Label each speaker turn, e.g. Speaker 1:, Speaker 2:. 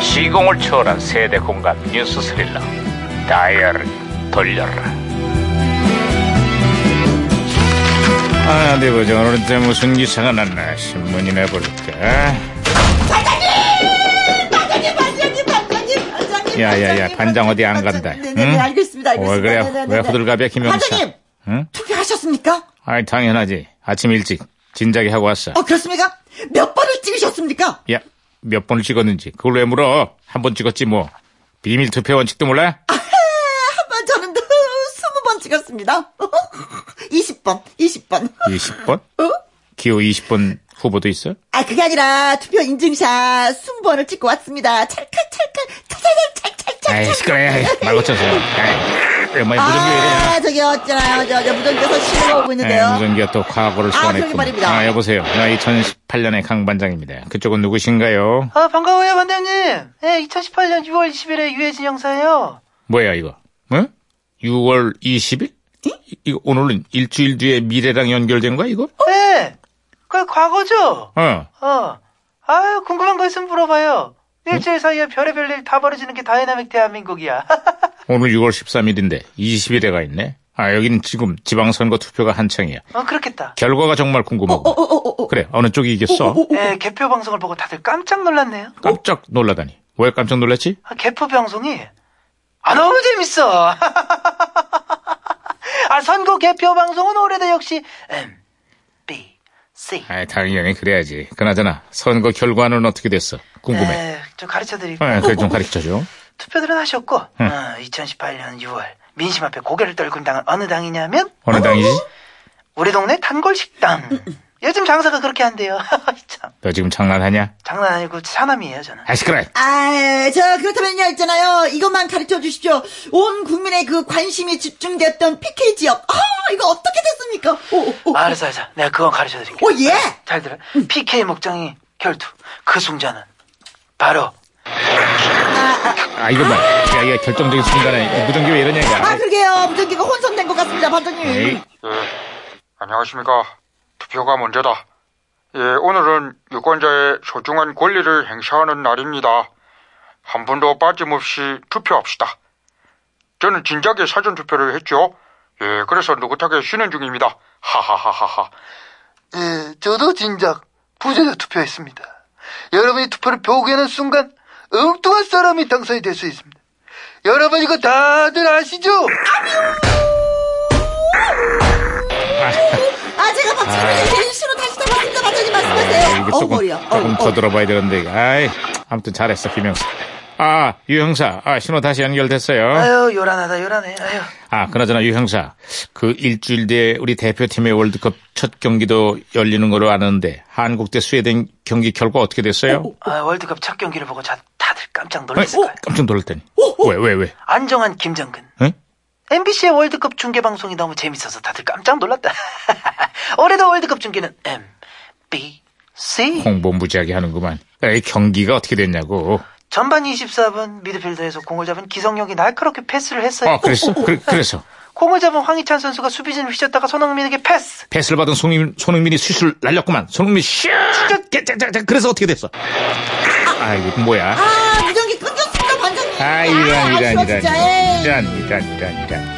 Speaker 1: 시공을 초월한 세대 공감 뉴스 스릴러 다이얼을 돌려라 아, 어디 보자 오늘은 또 무슨 기사가 났나 신문이나 볼까
Speaker 2: 반장님, 반장님, 반장님.
Speaker 1: 야, 야, 야, 반장 어디 안 간다,
Speaker 2: 네, 네,
Speaker 1: 응?
Speaker 2: 네, 알겠습니다. 알겠습니다.
Speaker 1: 왜 그래
Speaker 2: 네, 네, 네,
Speaker 1: 왜
Speaker 2: 네.
Speaker 1: 호들갑이야 김영사
Speaker 2: 반장님,
Speaker 1: 응?
Speaker 2: 투표하셨습니까?
Speaker 1: 아이 당연하지 아침 일찍 진작에 하고 왔어
Speaker 2: 어, 그렇습니까? 몇 번을 찍으셨습니까? 아,
Speaker 1: 야 몇 번을 찍었는지 그걸 왜 물어 한 번 찍었지 뭐 비밀 투표 원칙도 몰라?
Speaker 2: 한 번 저는 스무 번 찍었습니다. 어? 20번, 20번. 어?
Speaker 1: 20번? 기호 20번 후보도 있어?
Speaker 2: 아, 그게 아니라 투표 인증샷 20번을 찍고 왔습니다. 찰칵찰칵, 찰찰찰찰찰.
Speaker 1: 에이, 시끄러워. 에이, 말 거쳐서. 에이, 엄마의 무전기 왜 이래.
Speaker 2: 아, 저기 어쩌나요? 저, 저 무전기에서 신호가 오고
Speaker 1: 에이,
Speaker 2: 있는데요.
Speaker 1: 네, 무전기가 또 과거를
Speaker 2: 아,
Speaker 1: 소환했군.
Speaker 2: 그러게 말입니다.
Speaker 1: 아, 여보세요. 나 2018년의 강반장입니다. 그쪽은 누구신가요?
Speaker 3: 아, 반가워요, 반장님. 네, 2018년 6월 20일에 유해진 형사예요.
Speaker 1: 뭐야, 이거? 응? 6월 20일? 이- 이거 오늘은 일주일 뒤에 미래랑 연결된 거야, 이거?
Speaker 3: 네, 그 과거죠?
Speaker 1: 어.
Speaker 3: 어. 아, 궁금한 거 있으면 물어봐요.
Speaker 1: 네?
Speaker 3: 일주일 사이에 별의별 일 다 벌어지는 게 다이나믹 대한민국이야.
Speaker 1: 오늘 6월 13일인데 20일에가 있네. 아, 여기는 지금 지방선거 투표가 한창이야.
Speaker 3: 어, 그렇겠다.
Speaker 1: 결과가 정말
Speaker 2: 어,
Speaker 1: 궁금하고.
Speaker 2: 어, 어, 어, 어.
Speaker 1: 그래, 어느 쪽이 이겼어?
Speaker 2: 오, 오, 오.
Speaker 3: 네, 개표 방송을 보고 다들 깜짝 놀랐네요.
Speaker 1: 깜짝 놀라다니. 왜 깜짝 놀랐지?
Speaker 3: 아, 개표 방송이 아, 너무 재밌어. 아, 선거 개표 방송은 올해도 역시 M, B, C.
Speaker 1: 아, 당연히 그래야지. 그나저나 선거 결과는 어떻게 됐어? 궁금해.
Speaker 3: 네, 좀 가르쳐드리고.
Speaker 1: 아, 그래 좀 가르쳐줘.
Speaker 3: 투표들은 하셨고 어, 2018년 6월 민심 앞에 고개를 떨군 당은 어느 음, 당이냐면
Speaker 1: 어느 당이지?
Speaker 3: 우리 동네 단골식당 요즘 장사가 그렇게 한대요 참
Speaker 1: 너 지금 장난하냐?
Speaker 3: 장난 아니고 사남이에요 저는
Speaker 1: 아, 시끄러.
Speaker 2: 아, 저 그렇다면요 있잖아요. 이것만 가르쳐 주십시오. 온 국민의 그 관심이 집중됐던 PK 지역. 아, 이거 어떻게 됐습니까? 오, 오, 오.
Speaker 3: 아, 알았어 알았어 내가 그건 가르쳐드릴게
Speaker 2: 오, 예.
Speaker 3: 잘 들어 PK 목장이 결투 그 승자는 바로
Speaker 1: 아, 이거 봐. 야, 이거 결정적인 순간에 무전기 왜 이러냐,
Speaker 2: 아,
Speaker 1: 이거.
Speaker 2: 그러게요. 무전기가 혼선된 것 같습니다, 반장님.
Speaker 1: 에이,
Speaker 4: 예, 안녕하십니까. 투표가 문제다. 예, 오늘은 유권자의 소중한 권리를 행사하는 날입니다. 한 분도 빠짐없이 투표합시다. 저는 진작에 사전 투표를 했죠. 예, 그래서 느긋하게 쉬는 중입니다. 하하하하하.
Speaker 3: 예, 저도 진작 부재자 투표했습니다 여러분이 투표를 보고하는 순간 엉뚱한 사람이 당선이 될 수 있습니다 여러분 이거 다들 아시죠?
Speaker 2: 아, 제가 박차를 제일 싫어 다시 담았습니다, 반장님 말씀하세요.
Speaker 1: 이거
Speaker 2: 어,
Speaker 1: 조금,
Speaker 2: 머리야. 어,
Speaker 1: 조금 더
Speaker 2: 어.
Speaker 1: 들어봐야 되는데, 이거. 아이, 아무튼 잘했어, 김 형사. 아, 유 형사. 아, 신호 다시 연결됐어요.
Speaker 3: 아유 요란하다 요란해 아유
Speaker 1: 아, 그나저나 유 형사. 그 일주일 뒤에 우리 대표팀의 월드컵 첫 경기도 열리는 걸로 아는데, 한국 대 스웨덴 경기 결과 어떻게 됐어요? 어,
Speaker 3: 아, 월드컵 첫 경기를 보고 자, 다들 깜짝 놀랐을 거예요.
Speaker 1: 깜짝 놀랐다니. 왜, 왜, 왜?
Speaker 3: 안정환, 김정근.
Speaker 1: 응?
Speaker 3: MBC의 월드컵 중계 방송이 너무 재밌어서 다들 깜짝 놀랐다. 올해도 월드컵 중계는 M, B, C.
Speaker 1: 홍보무지하게 하는구만. 아, 에이, 경기가 어떻게 됐냐고.
Speaker 3: 전반 24분 미드필더에서 공을 잡은 기성용이 날카롭게 패스를 했어요.
Speaker 1: 아, 그랬어? 그, 그래서.
Speaker 3: 공을 잡은 황희찬 선수가 수비진을 휘젓다가 손흥민에게 패스.
Speaker 1: 패스를 받은 손흥민, 손흥민이 슛을 날렸구만. 손흥민 슛! 자, 자, 자, 자, 그래서 어떻게 됐어? 아, 이거 뭐야?
Speaker 2: 아, 무전기 끊겼습니다, 반장님.
Speaker 1: 아, 이런, 이런,
Speaker 2: 아쉬워,
Speaker 1: 이런.
Speaker 2: 진짜. 에이.
Speaker 1: 이런, 이런, 이런, 이런.